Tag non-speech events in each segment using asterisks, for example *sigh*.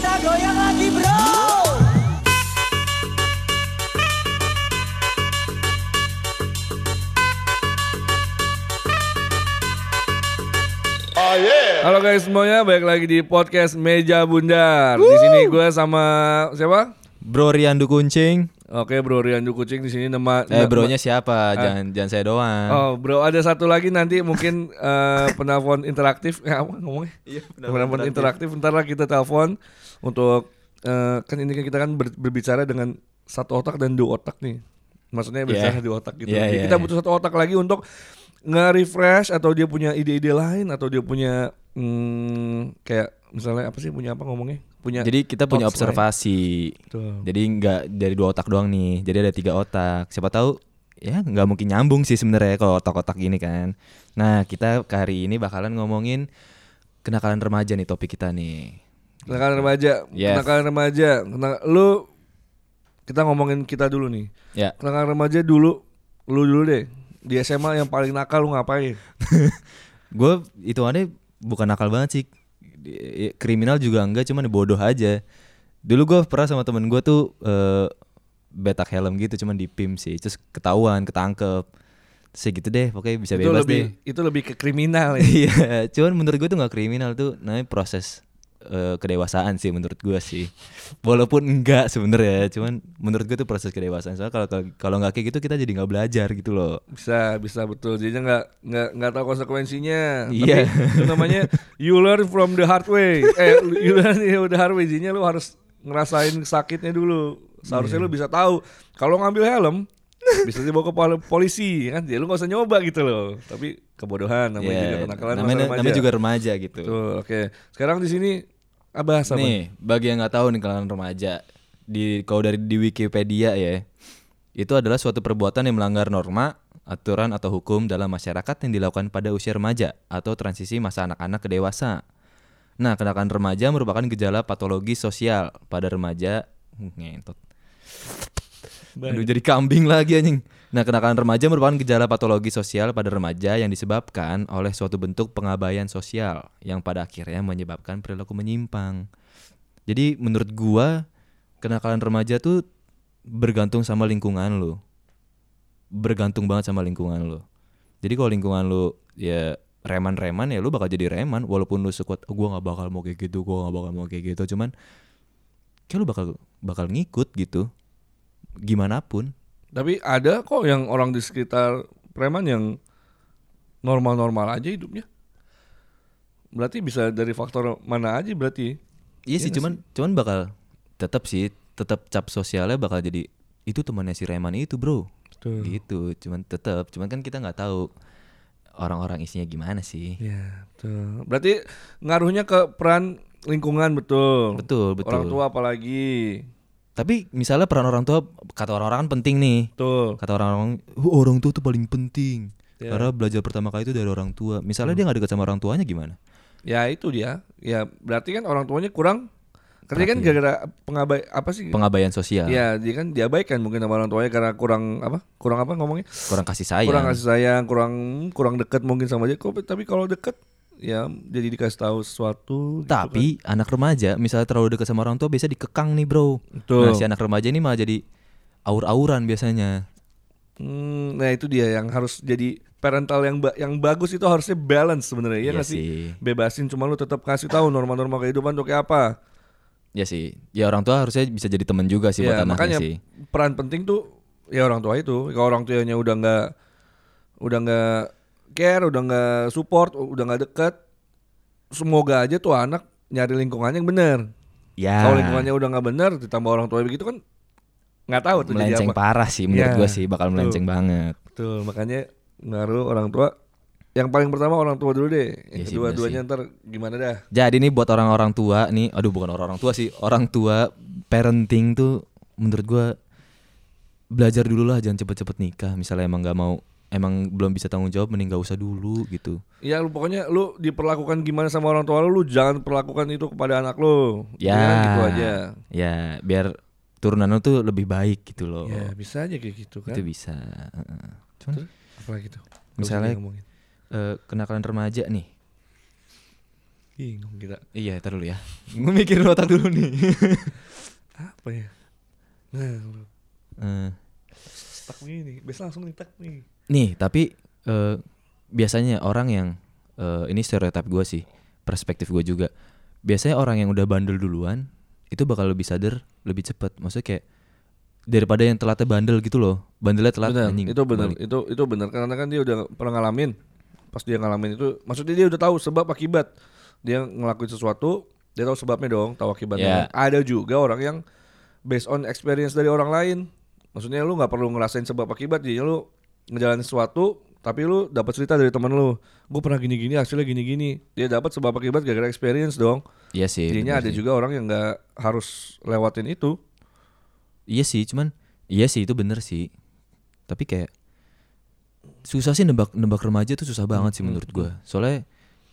goyang lagi bro Oh yeah. Halo guys semuanya, balik lagi di podcast Meja Bundar. Di sini gue sama siapa? Bro Riandu Kuncing. Oke Bro Riandu Kucing di sini nama na- Eh bronya siapa? Jangan jangan saya doang. Oh Bro ada satu lagi nanti mungkin *laughs* eh, penelpon interaktif eh, apa ngomongnya? Iya, penelpon, interaktif. Ntar lah kita telepon untuk eh, kan ini kan kita kan ber- berbicara dengan satu otak dan dua otak nih. Maksudnya berbicara Yeah. di otak gitu. Yeah, Jadi yeah, kita yeah. butuh satu otak lagi untuk nge-refresh atau dia punya ide-ide lain atau dia punya hmm, kayak misalnya apa sih punya apa ngomongnya? Punya Jadi kita punya thoughts lain. observasi. ya. Betul. Jadi nggak dari dua otak doang nih. Jadi ada tiga otak. Siapa tahu ya nggak mungkin nyambung sih sebenarnya kalau otak-otak gini kan. Nah kita hari ini bakalan ngomongin kenakalan remaja nih topik kita nih. Kenakalan remaja, Yes. kenakalan remaja. Kenak lu kita ngomongin kita dulu nih. Ya. Kenakalan remaja dulu, lu dulu deh. Di SMA yang paling nakal lu ngapain? *laughs* Gue itu aneh bukan nakal banget sih. Di- Kriminal juga enggak, cuman ya bodoh aja. Dulu gue pernah sama temen gue tuh eh, betak helm gitu, cuman di PIM sih. Terus ketahuan, ketangkep. Terus ya gitu deh, pokoknya bisa itu bebas lebih deh. itu lebih ke *laughs* kriminal ya. Iya, cuman menurut gue tuh nggak kriminal tuh namanya proses eh, kedewasaan sih menurut gue sih. Walaupun enggak sebenarnya, cuman menurut gue tuh proses kedewasaan. Soalnya kalau kalau- kalau nggak kayak gitu kita jadi nggak belajar gitu loh. bisa bisa betul jadi nggak nggak nggak tahu konsekuensinya Iya. tapi itu namanya you learn from the hard way eh you learn from the hard way jadinya lu harus ngerasain sakitnya dulu seharusnya Iya. lu bisa tahu kalau ngambil helm bisa dibawa ke pol- polisi kan jadi lu nggak usah nyoba gitu loh tapi kebodohan namanya Iya, juga kenakalan masa namanya, remaja. namanya juga remaja gitu. Betul, oke sekarang di sini abah sama Nih, bagi yang nggak tahu nih kalangan remaja, di kalau dari di Wikipedia ya, itu adalah suatu perbuatan yang melanggar norma, aturan atau hukum dalam masyarakat yang dilakukan pada usia remaja atau transisi masa anak-anak ke dewasa. Nah, kenakan remaja merupakan gejala patologi sosial pada remaja Hmm, ngentot. Aduh jadi kambing lagi anjing. Nah, kenakalan remaja merupakan gejala patologi sosial pada remaja yang disebabkan oleh suatu bentuk pengabaian sosial yang pada akhirnya menyebabkan perilaku menyimpang. Jadi menurut gua kenakalan remaja tuh bergantung sama lingkungan lo. Bergantung banget sama lingkungan lo. Jadi kalau lingkungan lu ya reman-reman ya lu bakal jadi reman walaupun lu sekuat "Oh, gua nggak bakal mau kayak gitu, gua nggak bakal mau kayak gitu. Cuman kayak lu bakal bakal ngikut gitu gimana pun tapi ada kok yang orang di sekitar preman yang normal-normal aja hidupnya berarti bisa dari faktor mana aja berarti iya sih cuman cuman bakal tetap sih tetap cap sosialnya bakal jadi itu temannya si Reman itu bro Betul. gitu cuman tetap cuman kan kita nggak tahu orang-orang isinya gimana sih ya betul berarti ngaruhnya ke peran lingkungan betul Betul, betul. orang tua apalagi tapi misalnya peran orang tua kata orang-orang kan penting nih betul kata orang-orang "Oh, orang tua tuh paling penting Iya. karena belajar pertama kali itu dari orang tua Hmm. misalnya dia nggak dekat sama orang tuanya gimana ya itu dia ya berarti kan orang tuanya kurang karena kan gara-gara pengabai apa sih pengabaian sosial ya dia kan diabaikan mungkin sama orang tuanya karena kurang apa kurang apa ngomongnya kurang kasih sayang kurang kasih sayang kurang kurang dekat mungkin sama dia Kok- tapi kalau dekat ya jadi dikasih tahu sesuatu gitu kan. Tapi anak remaja misalnya terlalu dekat sama orang tua biasa dikekang nih bro. Betul. Nah si anak remaja ini malah jadi aur-auran biasanya. Hmm, nah itu dia yang harus jadi parental yang ba- yang bagus itu harusnya balance sebenarnya ya Iya nggak sih? sih. bebasin cuma lu tetap kasih tahu norma-norma kehidupan tuh kayak apa Ya sih. Ya orang tua harusnya bisa jadi teman juga sih ya buat anaknya makanya sih. peran penting tuh ya orang tua itu kalau orang tuanya udah nggak udah nggak care udah nggak support udah nggak deket semoga aja tuh anak nyari lingkungannya yang bener Ya. Kalau lingkungannya udah nggak benar, ditambah orang tua begitu kan nggak tahu tuh jadi melenceng apa. parah sih menurut Ya, gua sih bakal melenceng banget. Betul, makanya ngaruh orang tua. Yang paling pertama orang tua dulu deh. Yang Iya sih, bener kedua-duanya ntar gimana dah? Jadi nih buat orang-orang tua nih, aduh bukan orang-orang tua sih, orang tua parenting tuh menurut gua belajar dulu lah jangan cepet-cepet nikah misalnya emang nggak mau emang belum bisa tanggung jawab mending nggak usah dulu gitu Ya lu pokoknya lu diperlakukan gimana sama orang tua lu, lu jangan perlakukan itu kepada anak lu. Ya. Jangan gitu aja. Ya, biar turunan lo tuh lebih baik gitu loh. Ya bisa aja kayak gitu kan. Itu bisa. Heeh. Cuman Apalagi tuh. Misalnya- Lu sendiri ngomongin. eh, kenakalan remaja nih. Bingung kita. Iya, ntar dulu ya. Gue mikirin otak dulu nih. Apa ya? Nah, Eh, stuck begini. Biasa langsung nih, tek nih. nih, tapi eh, biasanya orang yang eh, ini stereotip gue sih, perspektif gue juga. Biasanya orang yang udah bandel duluan itu bakal lebih sadar lebih cepat. Maksudnya kayak daripada yang telatnya bandel gitu loh. Bandelnya telat Benar, anjing. itu benar. balik. Itu itu benar karena kan dia udah pernah ngalamin. Pas dia ngalamin itu, maksudnya dia udah tahu sebab akibat. Dia ngelakuin sesuatu, dia tahu sebabnya dong, tahu akibatnya. Ya. Ada juga orang yang based on experience dari orang lain. Maksudnya lu nggak perlu ngerasain sebab akibat, jadi lu ngejalanin sesuatu tapi lu dapat cerita dari temen lu. Gue pernah gini-gini, hasilnya gini-gini. Dia dapat sebab akibat gara-gara experience dong. Iya sih. Jadinya bener ada sih. juga orang yang nggak harus lewatin itu. Iya sih, cuman iya sih itu bener sih. Tapi kayak susah sih nebak nebak remaja tuh susah banget Hmm, sih menurut gua. Soalnya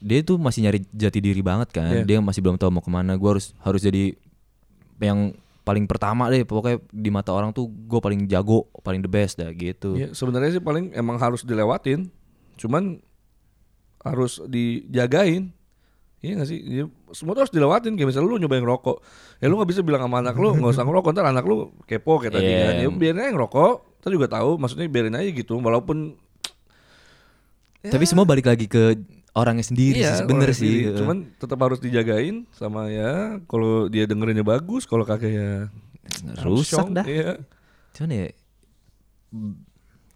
dia tuh masih nyari jati diri banget Iya. kan. Dia masih belum tahu mau kemana. Gua harus harus jadi yang paling pertama deh. Pokoknya di mata orang tuh gua paling jago, paling the best dah gitu. Ya, sebenarnya sih paling emang harus dilewatin, cuman harus dijagain. Iya gak sih? Jadi, semua tuh harus dilewatin. Kayak misalnya lu nyobain rokok, ya lu nggak bisa bilang sama anak lu nggak usah ngerokok, ntar anak lu kepo kayak tadi Iya. kan. Ya biarin aja ngerokok, ntar juga tahu. Maksudnya biarin aja gitu, walaupun Tapi semua balik lagi ke orangnya Ya. sendiri iya, sih bener orang sih. sendiri. Cuman tetap harus dijagain sama ya. Kalau dia dengerinnya bagus, kalau kakek ya rusak syong, dah. Iya. Cuman ya m-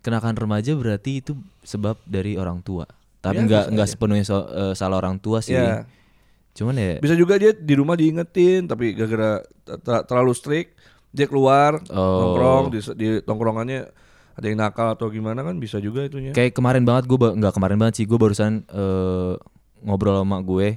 kenakan remaja berarti itu sebab dari orang tua. Tapi Biasa nggak saja. nggak sepenuhnya so- eh, salah orang tua sih. Iya. Cuman ya Bisa juga dia di rumah diingetin, tapi gara-gara ter- ter- terlalu strict, dia keluar Oh. nongkrong di, di tongkrongannya ada yang nakal atau gimana kan bisa juga itunya. kayak kemarin banget gue nggak kemarin banget sih gue barusan eh, ngobrol sama gue.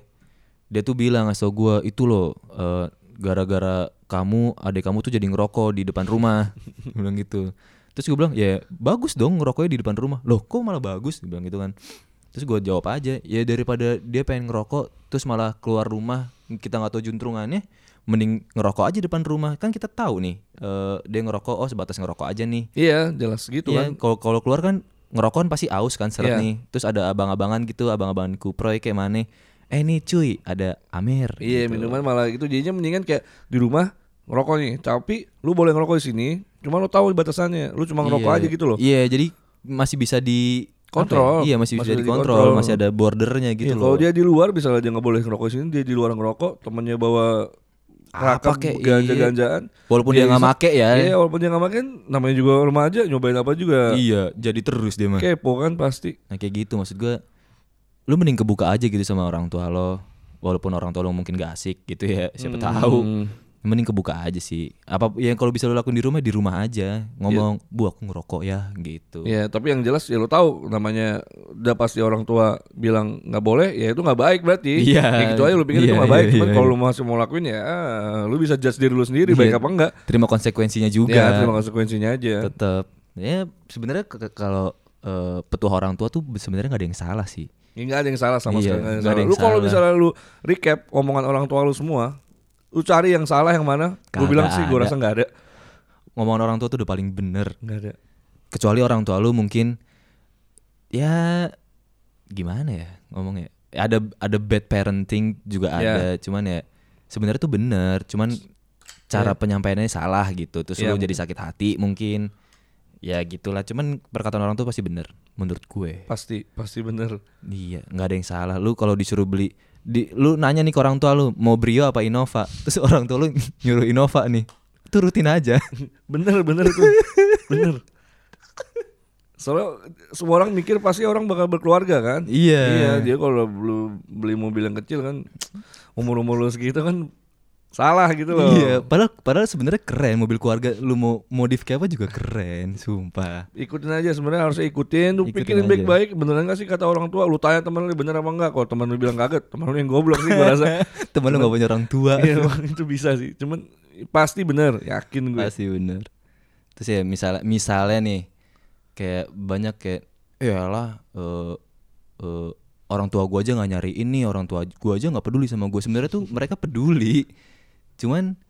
Dia tuh bilang asal gue itu loh eh, gara-gara kamu adik kamu tuh jadi ngerokok di depan rumah. *laughs* Dia bilang gitu. Terus gue bilang ya bagus dong ngerokoknya di depan rumah. Loh kok malah bagus? Dia bilang gitu kan. Terus gue jawab aja ya daripada dia pengen ngerokok terus malah keluar rumah kita nggak tahu juntrungannya mending ngerokok aja depan rumah kan kita tahu nih eh, dia ngerokok oh sebatas ngerokok aja nih Iya, jelas gitu kan. Iya, kalau kalau keluar kan ngerokok kan pasti aus kan Iya. seret nih. Terus ada abang-abangan gitu, abang-abangan kuproy kayak mana. Eh nih cuy, ada Amer. Iya, minuman malah itu jadinya mendingan kayak di rumah ngerokok nih, tapi lu boleh ngerokok di sini, cuma lu tahu batasannya. Lu cuma ngerokok Iya. aja gitu loh. Iya, jadi masih bisa di Kontrol. apa ya? Iya, masih, Masih bisa bisa dikontrol, dikontrol. masih ada bordernya Iya, gitu loh. kalau dia di luar misalnya dia nggak boleh ngerokok di sini, dia di luar ngerokok, temennya bawa Apa rakam kek, iya. ganja-ganjaan. Walaupun dia nggak iseng- make ya. Iya, walaupun dia nggak make namanya juga remaja nyobain apa juga. Iya, jadi terus *laughs* dia mah. kepo kan pasti Nah kayak gitu maksud gua lu mending kebuka aja gitu sama orang tua lo. Walaupun orang tua lo mungkin gak asik gitu ya, Hmm. siapa tahu. Mending kebuka aja sih. Apa yang kalau bisa lo lakuin di rumah di rumah aja. Ngomong, "Bu, aku ngerokok ya." gitu. ya tapi yang jelas ya lo tahu namanya udah pasti orang tua bilang nggak boleh ya itu nggak baik berarti Iya. ya gitu aja lo pikir itu Iya, nggak baik iya, cuman iya. kalau lo masih mau lakuin ya lo bisa judge diri lo sendiri Iya. baik apa enggak terima konsekuensinya juga ya terima konsekuensinya aja tetap ya sebenarnya ke- ke- kalau eh, petua orang tua tuh sebenarnya nggak ada yang salah sih ya, nggak ada yang salah sama sekali Iya, nggak ada yang nggak salah ada yang lu kalau salah. misalnya lu recap omongan orang tua lu semua lu cari yang salah yang mana gue Kagak bilang sih gue ada. rasa nggak ada ngomongan orang tua tuh udah paling bener nggak ada kecuali orang tua lu mungkin ya gimana ya ngomongnya ada ada bad parenting juga Iya. ada cuman ya sebenarnya tuh bener cuman cara penyampaiannya salah gitu terus Iya, lu jadi sakit hati mungkin ya gitulah cuman perkataan orang tuh pasti bener menurut gue pasti pasti bener Iya, nggak ada yang salah. Lu kalau disuruh beli, di, lu nanya nih ke orang tua lu mau Brio apa Innova, terus orang tua lu *laughs* nyuruh Innova nih, turutin aja. Gitu Bener bener tuh Bener Soalnya semua orang mikir pasti orang bakal berkeluarga kan Iya. Iya dia kalau lu beli mobil yang kecil kan Umur-umur lu segitu kan Salah gitu loh Iya, padahal padahal sebenarnya keren mobil keluarga. Lu mau modif kayak apa juga keren, *laughs* sumpah. Ikutin aja sebenarnya harus ikutin Lu Ikutin pikirin aja. baik-baik Beneran gak sih kata orang tua Lu tanya temen lu bener apa enggak Kalau temen lu bilang kaget Temen lu yang goblok sih gue *laughs* rasa Temen lu gak punya orang tua. Iya emang itu bisa sih Cuman pasti bener Yakin gue Pasti bener. Terus ya misalnya misalnya nih kayak banyak kayak iyalah eh eh, orang tua gua aja nggak nyari ini, orang tua gua aja nggak peduli sama gua. Sebenarnya tuh mereka peduli. Cuman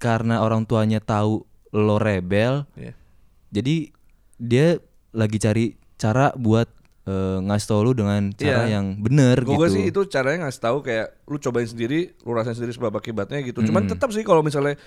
karena orang tuanya tahu lo rebel, Iya. jadi dia lagi cari cara buat eh, ngasih tau lu dengan cara Iya. yang bener Gue gitu. sih itu caranya ngasih tahu kayak lu cobain sendiri, lu rasain sendiri sebab akibatnya gitu. Cuman tetap sih kalau misalnya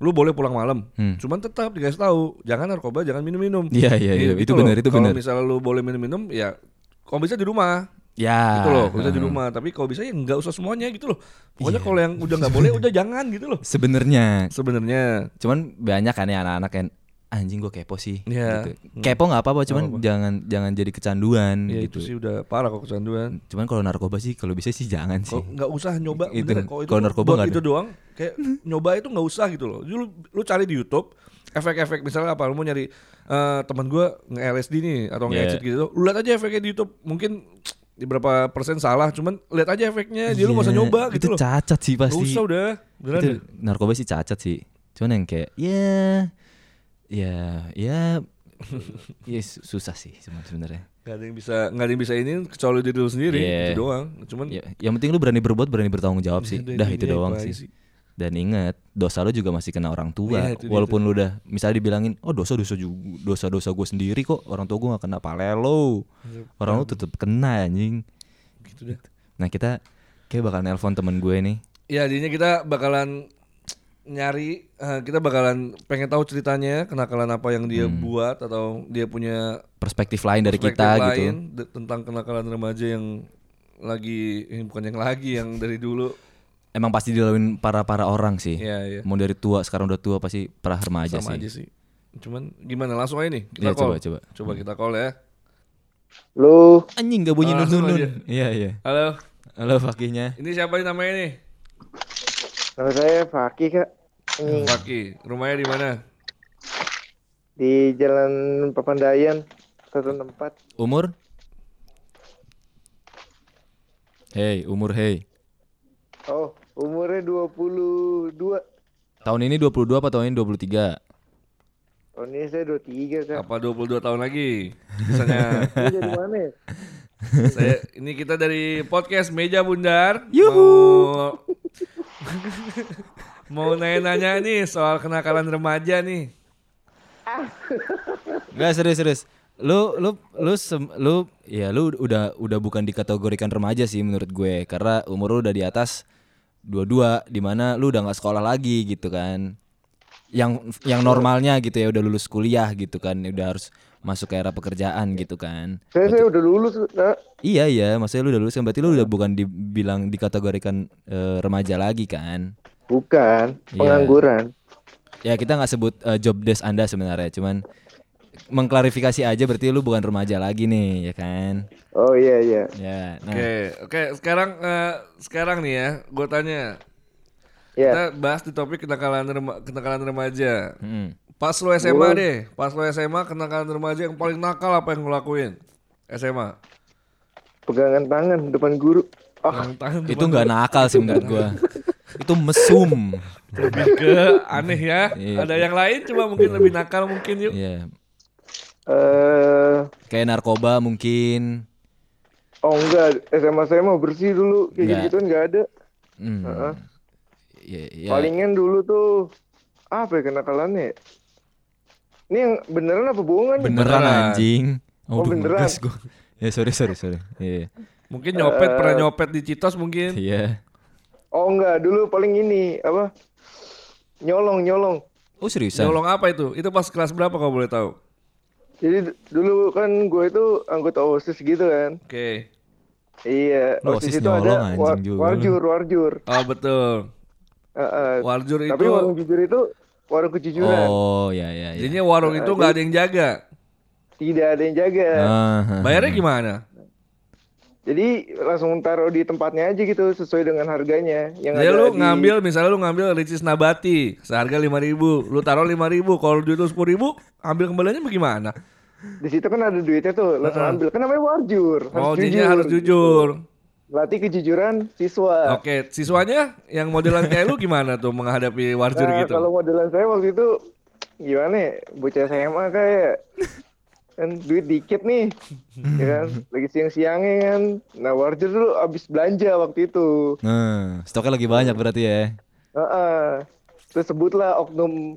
lu boleh pulang malam, cuman tetap dikasih tahu jangan narkoba, jangan minum-minum. Hmm. Gitu Iya, iya, iya. Itu loh. benar, itu Kalau benar. misalnya lu boleh minum-minum, ya kalau bisa di rumah. Ya. Gitu loh, kalau ah, bisa di rumah. Tapi kalau bisa ya nggak usah semuanya gitu loh. Iya. Pokoknya kalau yang udah nggak boleh, udah jangan gitu *laughs* loh. Sebenarnya Sebenarnya cuman banyak kan ya anak-anak yang anjing gue kepo sih Iya. gitu. kepo nggak apa-apa cuman jangan jangan jadi kecanduan ya gitu itu sih udah parah kok kecanduan. cuman kalau narkoba sih kalau bisa sih jangan sih Kok nggak usah nyoba Itu, beneran. Kalau itu kalau narkoba buat nggak ada. itu doang kayak nyoba itu nggak usah gitu loh. Jadi Lu lu cari di YouTube efek-efek misalnya apa lu mau nyari eh teman gua nge LSD nih atau nge Yeah. acid gitu. Lu lihat aja efeknya di YouTube. Mungkin di berapa persen salah, cuman lihat aja efeknya. Jadi lu nggak usah Iya, nyoba gitu loh. itu cacat sih Nggak pasti usah udah. Beneran ya? itu deh. narkoba sih cacat sih cuman yang kayak ya ya ya ya su- susah sih cuman sebenarnya Gak ada yang bisa nggak ada yang bisa ini kecuali diri lu sendiri Yeah. itu doang. Cuman ya, yang penting lu berani berbuat berani bertanggung jawab sih Iya, dah iya, itu iya, doang iya, sih sih. dan ingat dosa lu juga masih kena orang tua Iya, itu dia, walaupun lu udah misalnya dibilangin oh dosa dosa dosa dosa gue sendiri kok orang tua gue gak kena pale lo orang lu tetep kena anjing Iya, gitu deh. nah kita kayak bakal nelpon temen gue nih Ya, jadinya kita bakalan nyari, eh, kita bakalan pengen tahu ceritanya kenakalan apa yang dia Hmm. buat atau dia punya perspektif lain dari perspektif kita gitu lain de- tentang kenakalan remaja yang lagi, eh, bukan yang lagi, yang dari dulu. emang pasti dilaluin para para orang sih Iya, iya, mau dari tua sekarang udah tua pasti pra remaja sama aja Iya sih sih. Cuman gimana langsung aja nih Iya, kita call. coba coba Coba kita call ya. Lu anjing gak bunyi nun Langsung nun aja. iya iya Halo, halo fakihnya ini siapa nih namanya nih? kalau saya Faki Kak Ini Faki. Rumahnya di mana? di Jalan Papandayan 164 umur Hey, umur hey. Oh, umurnya 22. Tahun ini 22 apa tahun ini 23? Tahun Oh, ini saya 23, Kak. Apa 22 tahun lagi? Misalnya Lu dari mana ya? Saya ini kita dari podcast Meja Bundar. Mau *laughs* mau nanya-nanya nih soal kenakalan remaja nih. Enggak serius serius. Lu lu lu sem- lu ya lu udah udah bukan dikategorikan remaja sih menurut gue karena umur lu udah di atas 22 di mana lu udah nggak sekolah lagi gitu kan. Yang yang normalnya gitu ya udah lulus kuliah gitu kan, udah harus masuk ke era pekerjaan gitu kan. Saya saya udah lulus, Kak. Iya iya, maksudnya lu udah lulus kan berarti lu udah bukan dibilang dikategorikan eh, remaja lagi kan. Bukan, Iya. pengangguran. Ya kita nggak sebut eh, job desk Anda sebenarnya, cuman mengklarifikasi aja berarti lu bukan remaja lagi nih, ya kan? Oh iya iya. Ya. Oke, Nah, oke. Sekarang eh, sekarang nih ya, gue tanya. Ya, Kita bahas di topik kenakalan rema- kenakalan remaja. mm. Pas lu SMA deh, pas lu SMA kenakalan remaja yang paling nakal apa yang lu lakuin? SMA. pegangan tangan depan guru. Oh, Yang tangan itu nggak nakal sih menurut gua. itu mesum. lebih ke aneh ya. Iya. Ada yang lain cuma mungkin lebih nakal mungkin yuk. Iya. eh Kayak narkoba mungkin. oh enggak, SMA saya mau bersih dulu. Kayak Enggak. gitu-gituan enggak ada. Hmm. Heeh. Ya, ya. Palingan dulu tuh apa ya kenakalannya? ya? Ini yang beneran apa bohongan? nih? Beneran Beneran. anjing. Oh, Aduh, beneran. ngegas gua. Ya sorry sorry sorry. Iya. Mungkin nyopet pernah Eh. nyopet di Citos mungkin. Iya. Oh enggak, dulu paling ini apa? Nyolong, nyolong. Oh seriusan? Nyolong apa itu? Itu pas kelas berapa kalau boleh tahu? Jadi d- dulu kan gue itu anggota OSIS gitu kan. Oke. Iya, Lu OSIS nyolong, anjing war- juga lu. warjur, warjur. Oh betul. Heeh. Warjur Tapi itu warung jujur itu warung kejujuran. Oh ya ya ya. jadinya warung Iya. itu nggak ada yang jaga. Tidak ada yang jaga. Ah, Bayarnya gimana? Jadi langsung taruh di tempatnya aja gitu sesuai dengan harganya. Yang Jadi Ya, ada lu di- ngambil misalnya lu ngambil ricis nabati seharga 5000 lu taruh 5000 kalau duit lu 10000 ambil kembaliannya bagaimana? di situ kan ada duitnya tuh, langsung ambil. Kan namanya warjur. Ah. Oh, jadinya harus jujur. Latih kejujuran siswa. Oke, siswanya yang modelan kayak lu gimana tuh menghadapi warjur Nah, gitu? Kalau modelan saya waktu itu gimana ya? Bocah SMA kayak kan duit dikit nih. ya kan? Lagi siang-siangnya kan. Nah, warjur dulu abis belanja waktu itu. Nah, stoknya lagi banyak berarti ya. Heeh. Terus sebutlah oknum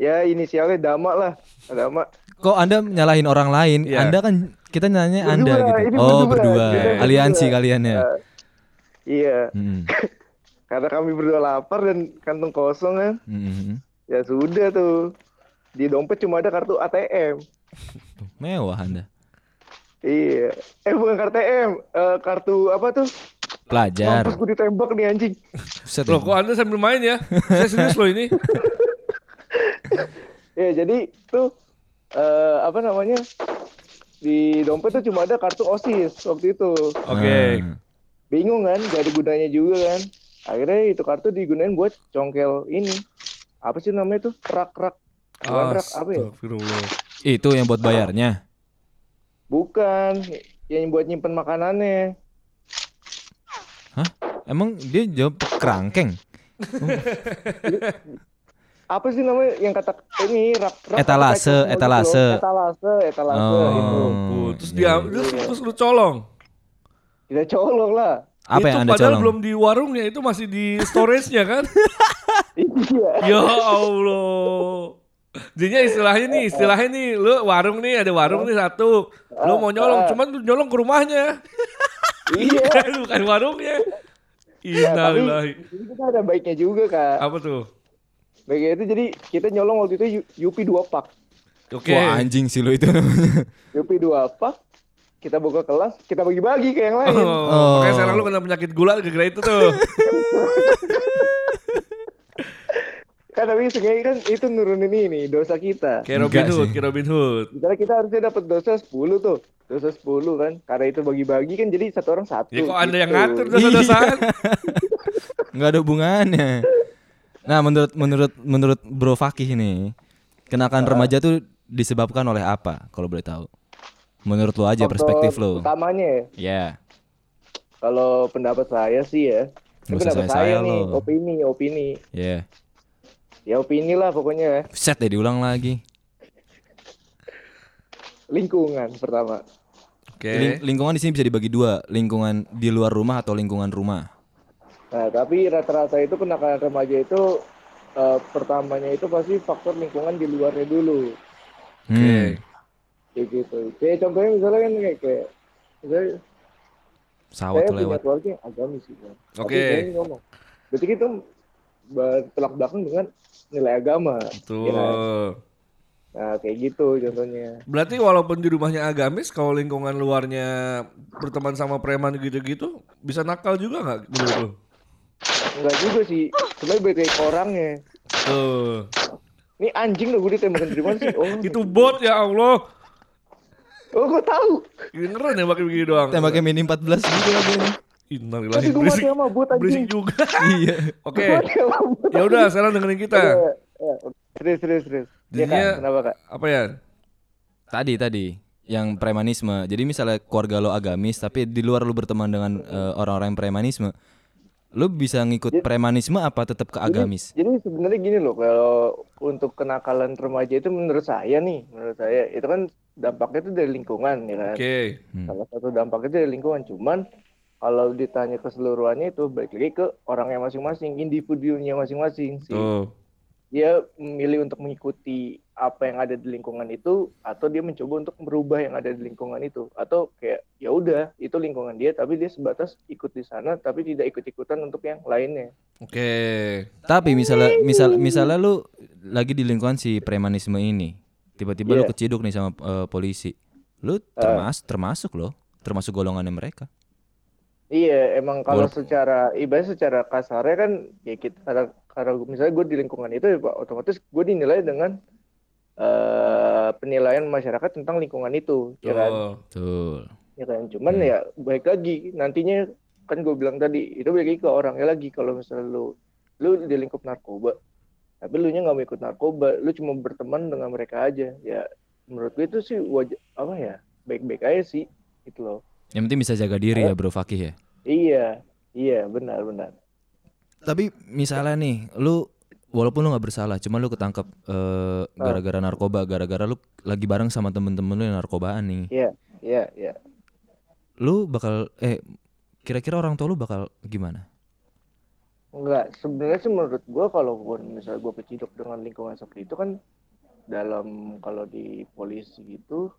ya inisialnya Dama lah. Dama. Kok Anda nyalahin orang lain? Iya. Anda kan Kita nanya Berdua, Anda gitu. ini Oh, berdua, berdua. kita berdua. Aliansi kalian ya. Iya, Mm-mm. karena kami berdua lapar dan kantong kosong kan. Mm-mm. Ya sudah tuh. Di dompet cuma ada kartu ATM. Tuh, Mewah Anda. Iya. Eh bukan kartu ATM, eh, kartu apa tuh? Pelajar. Mampus gue ditembak nih anjing. Buset, Loh ya. kok anda sambil main ya? Saya serius loh ini. Ya jadi tuh eh apa namanya? Di dompet tuh cuma ada kartu OSIS waktu itu. Oke. Ah. Bingung kan, gak ada gunanya juga kan. Akhirnya itu kartu digunain buat congkel ini. Apa sih namanya tuh? Rak-rak. Bukan rak, apa ya? Ah, Astagfirullah. Itu yang buat bayarnya. Bukan. Yang buat nyimpen makanannya. Emang dia jawab kerangkeng. apa sih namanya yang kata ini rak, rak Etalase, apa kayak semua gitu etalase. loh. etalase etalase gitu. itu Oh, terus iya. dia terus, terus lu colong. tidak colong lah apa itu yang Anda padahal colong? belum di warungnya itu masih di storage-nya kan? *laughs* iya ya Allah. Jadinya istilahnya nih, istilahnya nih, lu warung nih, ada warung nih satu. Lu mau nyolong, cuman lu nyolong ke rumahnya. Ah. iya *laughs* Bukan bukan warungnya. Innalillahi. Jadi kita ada baiknya juga kak Apa tuh? baiknya Nah, itu jadi kita nyolong waktu itu yu- Yupi dua pak Oke. Wah anjing sih lu itu *laughs* namanya. Yupi dua pak kita buka kelas kita bagi-bagi ke yang lain Oh, Makanya sekarang lu kena penyakit gula gara-gara itu *laughs* tuh. kan tapi sebenarnya kan itu nurunin ini dosa kita Kayak Robin Enggak Hood, sih. kayak Robin Hood. misalnya kita harusnya dapat dosa 10 tuh dosa 10 kan karena itu bagi-bagi kan jadi satu orang satu Ya kok anda yang gitu. ngatur Iya. *laughs* dosa-dosaan? Nggak ada hubungannya. Nah, menurut menurut menurut Bro Fakih ini, kenakan Ah. remaja tuh disebabkan oleh apa kalau boleh tahu? Menurut lu aja Faktor perspektif lu. utamanya ya Ya. Kalau pendapat saya sih ya. Ini Nggak usah pendapat saya, saya-saya nih, lo. opini, opini. Ya. Ya opini lah pokoknya ya. Set deh diulang lagi. Lingkungan pertama. Oke. Ling- lingkungan di sini bisa dibagi dua, lingkungan di luar rumah atau lingkungan rumah. Nah, tapi rata-rata itu kenakalan remaja itu eh, pertamanya itu pasti faktor lingkungan di luarnya dulu. Hmm. Kayak gitu. Kayak contohnya misalnya kan kayak, kayak misalnya Sawah saya tuh punya lewat. keluarga yang agamis gitu. Tapi Oke. saya ini ngomong. Berarti kita bertolak belakang dengan nilai agama. Betul. ya kan? Nah, kayak gitu contohnya. Berarti walaupun di rumahnya agamis, kalau lingkungan luarnya berteman sama preman gitu-gitu, bisa nakal juga nggak menurut lu? Enggak juga sih. Sebenarnya beda ke orangnya. Tuh. Ini anjing loh gue ditembakin dari mana sih? Oh, *laughs* Itu bot ya Allah. oh gue tahu. *laughs* Beneran ya pakai begini doang. Tembaknya mini 14 gitu lagi. Innalillahi. Tapi gue mati Berisik, sama bot berisik anjing. juga. *laughs* Iya. Oke. Gua mati sama bot. Ya udah, sekarang dengerin kita. Eh, eh, Serius, serius, serius. Iya kak, Jadinya- kenapa kak? Apa ya? Tadi tadi yang premanisme. Jadi misalnya keluarga lo agamis tapi di luar lo berteman dengan eh, orang-orang yang premanisme, lo bisa ngikut premanisme apa tetap ke agamis? Jadi sebenarnya gini loh, kalau untuk kenakalan remaja itu menurut saya nih, menurut saya itu kan dampaknya itu dari lingkungan ya kan. Oke. Salah satu dampaknya itu dari lingkungan, cuman kalau ditanya keseluruhannya itu balik lagi ke orangnya masing-masing, individunya masing-masing sih. Tuh. dia memilih untuk mengikuti apa yang ada di lingkungan itu atau dia mencoba untuk merubah yang ada di lingkungan itu atau kayak ya udah itu lingkungan dia tapi dia sebatas ikut di sana tapi tidak ikut-ikutan untuk yang lainnya Oke. Tapi misalnya misal misalnya lo lagi di lingkungan si premanisme ini, tiba-tiba lo Iya. keciduk nih sama eh, polisi, lo termas termasuk lo termasuk golongannya mereka. iya emang kalau Walaupun- secara ibaratnya secara kasarnya kan ya kita karena, karena gua- misalnya gue di lingkungan itu ya, Pak, otomatis gue dinilai dengan eh, penilaian masyarakat tentang lingkungan itu ya kan Tuh. Betul. ya kan cuman ya baik lagi nantinya kan gue bilang tadi itu baik lagi ke orangnya lagi kalau misalnya lu lu di lingkup narkoba tapi lu nya nggak mau ikut narkoba lu cuma berteman dengan mereka aja ya menurut gue itu sih wajah apa ya baik baik aja sih gitu loh Yang penting bisa jaga diri ya Bro Fakih ya. iya iya benar benar Tapi misalnya nih, lu walaupun lu nggak bersalah, cuma lu ketangkep Nah. eh, gara-gara narkoba, gara-gara lu lagi bareng sama temen-temen lu yang narkobaan nih. iya iya iya Lu bakal eh kira-kira orang tua lu bakal gimana? Enggak, sebenarnya sih menurut gue kalau gue misalnya gue keciduk dengan lingkungan seperti itu kan dalam kalau di polisi gitu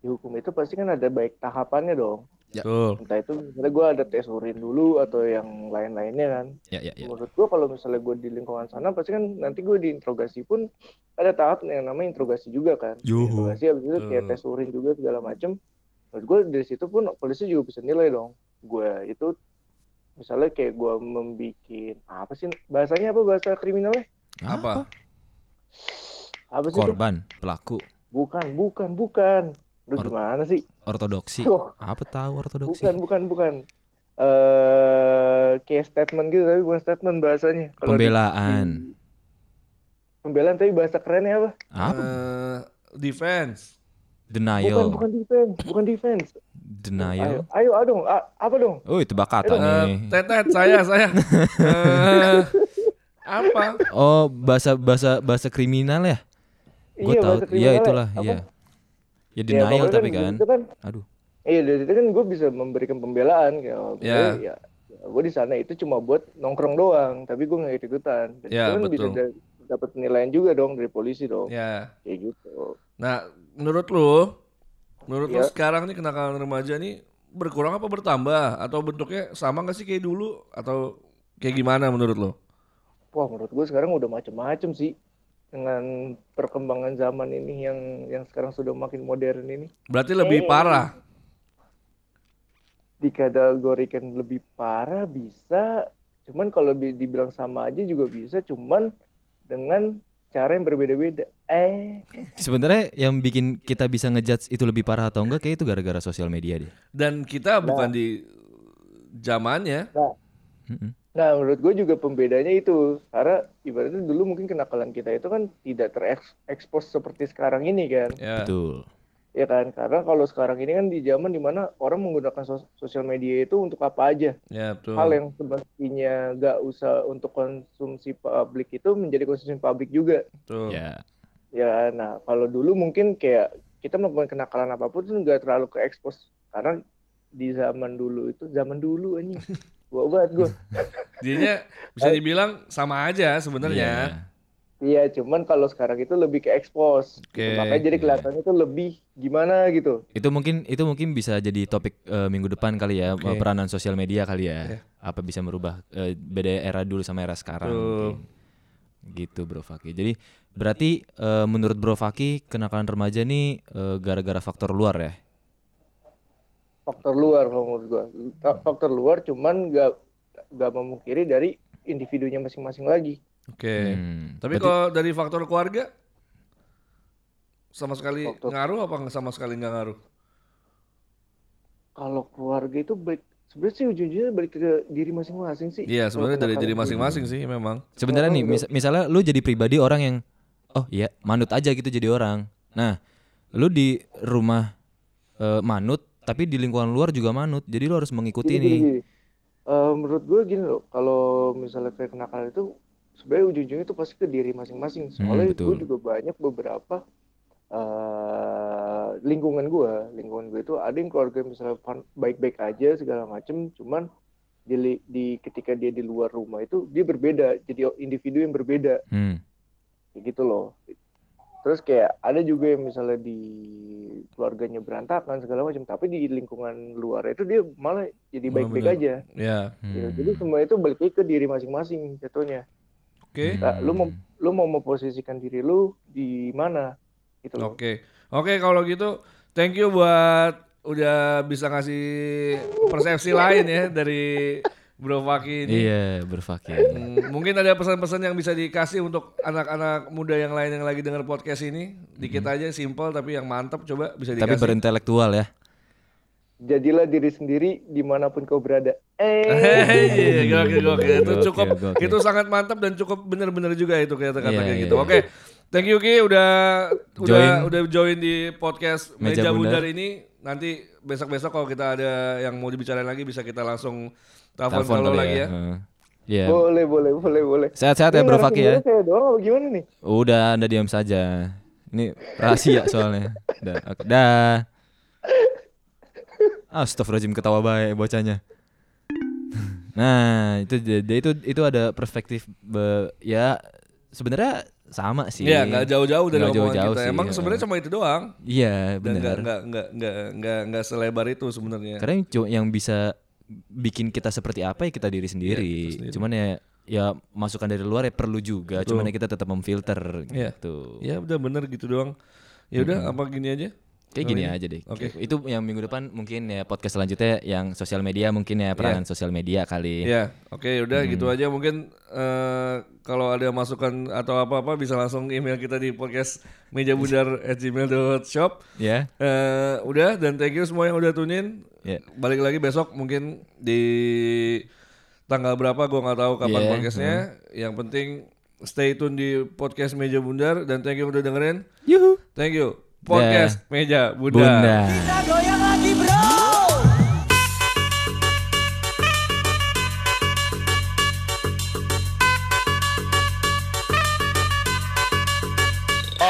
dihukum itu pasti kan ada baik tahapannya dong. Ya. Betul. Entah itu misalnya gue ada tes urin dulu atau yang lain-lainnya kan. Ya ya ya. Menurut gue kalau misalnya gue di lingkungan sana pasti kan nanti gue diinterogasi pun ada tahap yang namanya interogasi juga kan. Yuhu. Interogasi abis itu kayak Eh. tes urin juga segala macem. Menurut gue dari situ pun polisi juga bisa nilai dong. Gue itu misalnya kayak gue membikin apa sih bahasanya apa bahasa kriminalnya? Apa? Apa sih? itu? Korban, pelaku, Bukan, bukan, bukan. Lu Or- gimana sih? ortodoksi. Oh. Apa tahu ortodoksi? Bukan, bukan, bukan. Eh, kayak statement gitu tapi bukan statement bahasanya. Kalau di- Pembelaan. pembelaan tapi bahasa kerennya apa? Apa? Eh, defense. Bukan, Denial. bukan defense, bukan defense. Ayo, Denial. ayo, ayo dong, A- apa dong? Oh, itu bakatan Eh, nih. tetet saya saya. Eh, apa? Oh, bahasa bahasa bahasa kriminal ya? Gue tahu. Iya, kriminalnya. itulah, Apa? iya. Ya Ya, denial pokoknya tapi dari kan. situ Aduh. Iya, dari situ kan gue bisa memberikan pembelaan kayak oh, gue, Iya. Ya. ya, gue di sana itu cuma buat nongkrong doang, tapi gue nggak ikut-ikutan. Dan Iya, Ya, itu kan bisa betul. da- dapat penilaian juga dong dari polisi dong. Ya. Kayak gitu. Nah, menurut lu menurut lu Ya. sekarang nih kenakalan remaja nih berkurang apa bertambah atau bentuknya sama gak sih kayak dulu atau kayak gimana menurut lu? Wah, menurut gue sekarang udah macem-macem sih dengan perkembangan zaman ini yang yang sekarang sudah makin modern ini Berarti lebih parah. dikategorikan lebih parah bisa cuman kalau bi- dibilang sama aja juga bisa cuman dengan cara yang berbeda-beda eh Sebenarnya yang bikin kita bisa ngejudge itu lebih parah atau enggak kayak itu gara-gara sosial media deh. Dan Nah. kita bukan di zamannya. Mm-mm. nah menurut gue juga pembedanya itu karena ibaratnya dulu mungkin kenakalan kita itu kan tidak terekspos seperti sekarang ini kan Ya. Betul. ya kan karena kalau sekarang ini kan di zaman dimana orang menggunakan sos- sosial media itu untuk apa aja Ya, betul. hal yang semestinya nggak usah untuk konsumsi publik itu menjadi konsumsi publik juga Betul. Ya. Ya, nah kalau dulu mungkin kayak kita melakukan kenakalan apapun tuh nggak terlalu ke expose karena di zaman dulu itu zaman dulu *laughs* anjing. Gua banget gua. Jadinya bisa Eh. dibilang sama aja sebenarnya. Iya, cuman kalau sekarang itu lebih ke expose. Oke, Makanya jadi iya. kelihatannya itu lebih gimana gitu. Itu mungkin itu mungkin bisa jadi topik eh, minggu depan kali ya, Oke. peranan sosial media kali Iya. ya. Apa bisa merubah eh, beda era dulu sama era sekarang. Betul. mungkin. Gitu Bro Faki. Jadi berarti eh, menurut Bro Faki kenakalan remaja nih eh, gara-gara faktor luar ya. Faktor luar kalau menurut gua. Ta- Faktor luar cuman nggak nggak memungkiri dari individunya masing-masing lagi. Oke. Hmm. Tapi kalau dari faktor keluarga sama sekali Faktor- ngaruh apa nggak- sama sekali nggak ngaruh? Kalau keluarga itu balik sebenarnya sih ujung-ujungnya balik ke diri masing-masing sih. Iya, Kalau sebenarnya dari diri kenakalan. masing-masing sih memang. Sebenarnya nih, Orang mis- misalnya lu jadi pribadi orang yang oh iya, manut aja gitu jadi orang. Nah, lu di rumah eh, manut tapi di lingkungan luar juga manut. Jadi lu harus mengikuti Gini, nih. gini, gini. Eh, menurut gue gini loh, kalau misalnya kayak kenakalan itu sebenarnya ujung-ujungnya itu pasti ke diri masing-masing. Soalnya betul. gue juga banyak beberapa eh lingkungan gue, lingkungan gue itu ada yang keluarga misalnya fan- baik-baik aja segala macem, cuman di, li- di ketika dia di luar rumah itu dia berbeda, jadi individu yang berbeda Hmm. kayak gitu loh terus kayak ada juga yang misalnya di keluarganya berantakan segala macam tapi di lingkungan luar itu dia malah jadi Malah baik-baik bener. aja Ya, gitu. Hmm. jadi semua itu balik lagi ke diri masing-masing jatuhnya oke, Nah, lu mau Hmm. lu mau memposisikan diri lu di mana gitu loh oke, oke. Kalau gitu, thank you buat udah bisa ngasih persepsi lain ya dari Bro Faki ini. Iya, berfakir. Hmm, mungkin ada pesan-pesan yang bisa dikasih untuk anak-anak muda yang lain yang lagi denger podcast ini. Dikit aja, simple tapi yang mantap. Coba bisa tapi dikasih. berintelektual ya. jadilah diri sendiri dimanapun kau berada *laughs* eh Hei, gokil gokil. Itu Gokil, cukup, gokil. itu sangat mantap dan cukup benar-benar juga itu kata kata Iya, kayak iya, gitu. iya. Oke, thank you Ki udah Join. udah udah join di podcast Meja Meja Bundar Bundar ini. Nanti besok-besok kalau kita ada yang mau dibicarain lagi bisa kita langsung telepon Telepon kalau kali lagi ya. Heeh. Iya. boleh boleh boleh boleh Sehat-sehat ya Ini Bro narasumbernya Faki ya. saya doang apa gimana nih Udah, Anda diam saja. Ini rahasia soalnya. Dah, oke. Dah. Astagfirullahaladzim ketawa baik bocahnya. Nah, itu dia dia itu itu ada perspektif be- ya sebenarnya sama sih. Iya, nggak jauh-jauh dari Nggak omongan jauh-jauh kita. sih, Emang ya. sebenarnya cuma itu doang. Iya, Dan nggak benar. nggak nggak nggak nggak nggak selebar itu sebenarnya. Karena yang cu- yang bisa bikin kita seperti apa ya kita diri sendiri. Iya, Cuman ya ya masukan dari luar ya perlu juga. Cuman ya kita tetap memfilter Iya. gitu. Ya udah bener gitu doang. Ya udah apa gini aja? Kayak gini aja deh. Itu yang minggu depan mungkin ya podcast selanjutnya yang sosial media mungkin ya perangan sosial media kali. Ya, oke udah gitu aja mungkin eh, kalau ada masukan atau apa-apa bisa langsung email kita di podcast mejabundar@gmail.shop. Ya. Eh, udah dan thank you semua yang udah tunin. Ya. Balik lagi besok mungkin di tanggal berapa gua nggak tahu kapan Iya, podcastnya. Yang penting stay tune di podcast Meja Bundar dan thank you udah dengerin. Yuhu. Thank you. Podcast Meja Bundar. Bunda. Kita goyang lagi bro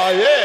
Oh yeah.